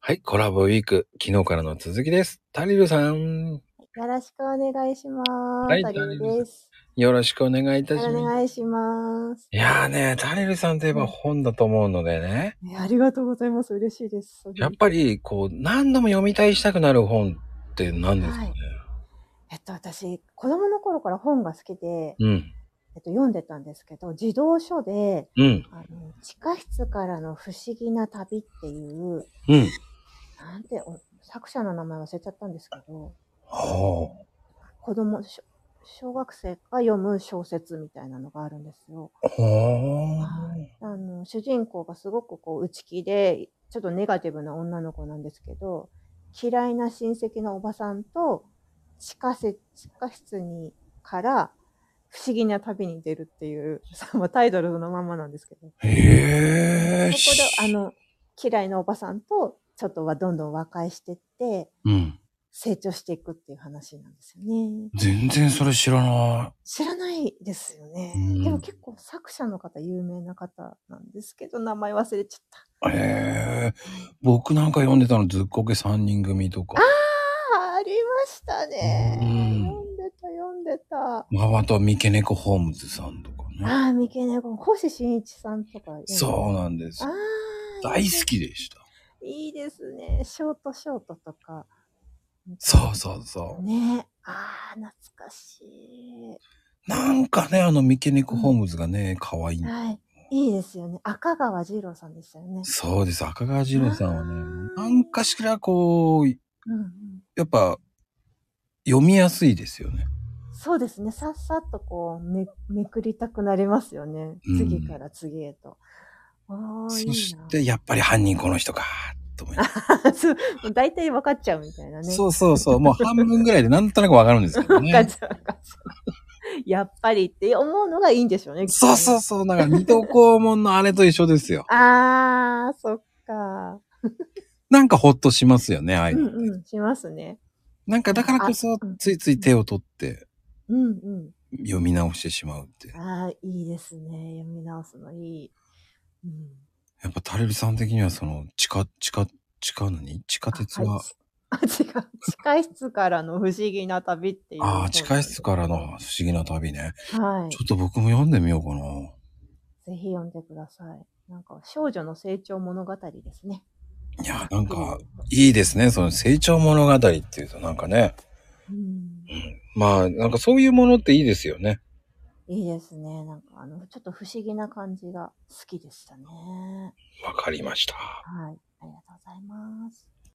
はい、コラボウィーク、昨日からの続きです。タリルさん、よろしくお願いします。はいタリーです。よろしくお願いいたおします。願いします。いやーね、タリルさんといえば本だと思うのでね、ねありがとうございます。嬉しいです。やっぱりこう、何度も読みたいしたくなる本って何ですかね。はいえっと、私、子供の頃から本が好きで、うん、えっと、読んでたんですけど、児童書で、うん、あの地下室からの不思議な旅っていう、うん。なんて、お作者の名前忘れちゃったんですけど、ほ子供、小小学生が読む小説みたいなのがあるんですよ。う。ほう。あの主人公がすごくこう内気でちょっとネガティブな女の子なんですけど嫌いな親戚のおばさんと地下せ地下室にから不思議な旅に出るっていう さもうタイトルのままなんですけどへえ。そこであの嫌いなおばさんとちょっとはどんどん和解してってうん。成長していくっていう話なんですよね。全然それ知らな知らないですよね。うんでも結構作者の方有名な方なんですけど名前忘れちゃった。い。へえ。僕なんか読んでたの、ずっこけ3人組とか、ありましたね。うん読んでた、読んでた。まあ、あとは三毛猫ホームズさんとかね。ああ、三毛猫、星新一さんとか。そうなんですあ。あ。大好。きでした。いいですね。ショートショートとか。そうそうそう。ね。ああ、懐かしい。なんかね、あの、三毛猫ホームズがね、可愛いんだはい。いいですよね。赤川二郎さんでしたよね。そうです。赤川次郎さんはね、あーなんかしらこう、うんうん。やっぱ、読みやすいですよね。そうですね。さっさっとこうめ、めくりたくなりますよね。うん次から次へと。ああ、いいそな。して、やっぱり犯人この人か、と思います。 そうもう大体分かっちゃうみたいなね。そうそうそう。もう半分ぐらいでなんとなくわかるんですけど分かっね。ちゃう分かっちゃう。 やっぱりって思うのがいいんでしょうね。そうそうう。そう。だから、水戸黄門のあれと一緒ですよ。あー、そっか。なんかほっとしますよね、ああいううの。んうん、しますね。なんかだからこそあうん、ついつい手を取ってうんう読み直してしまうってん。。あー、いいですね。読み直すのいい。うん、やっぱタレルさん的には、その、地下、地下、地下何地下鉄は、あ、はいちあ違う。地下室からの不思議な旅っていう。ああ、地下室からの不思議な旅ね。はいちょ。っと僕も読んでみようかな。ぜひ読んでください。なんか、少女の成長物語ですね。いや、なんか、いいですね。その成長物語っていうと、なんかね。うんまあ、なんかそういうものっていいですよね。いいですね。なんか、あの、ちょっと不思議な感じが好きでしたね。わかりました。はい。ありがとうございます。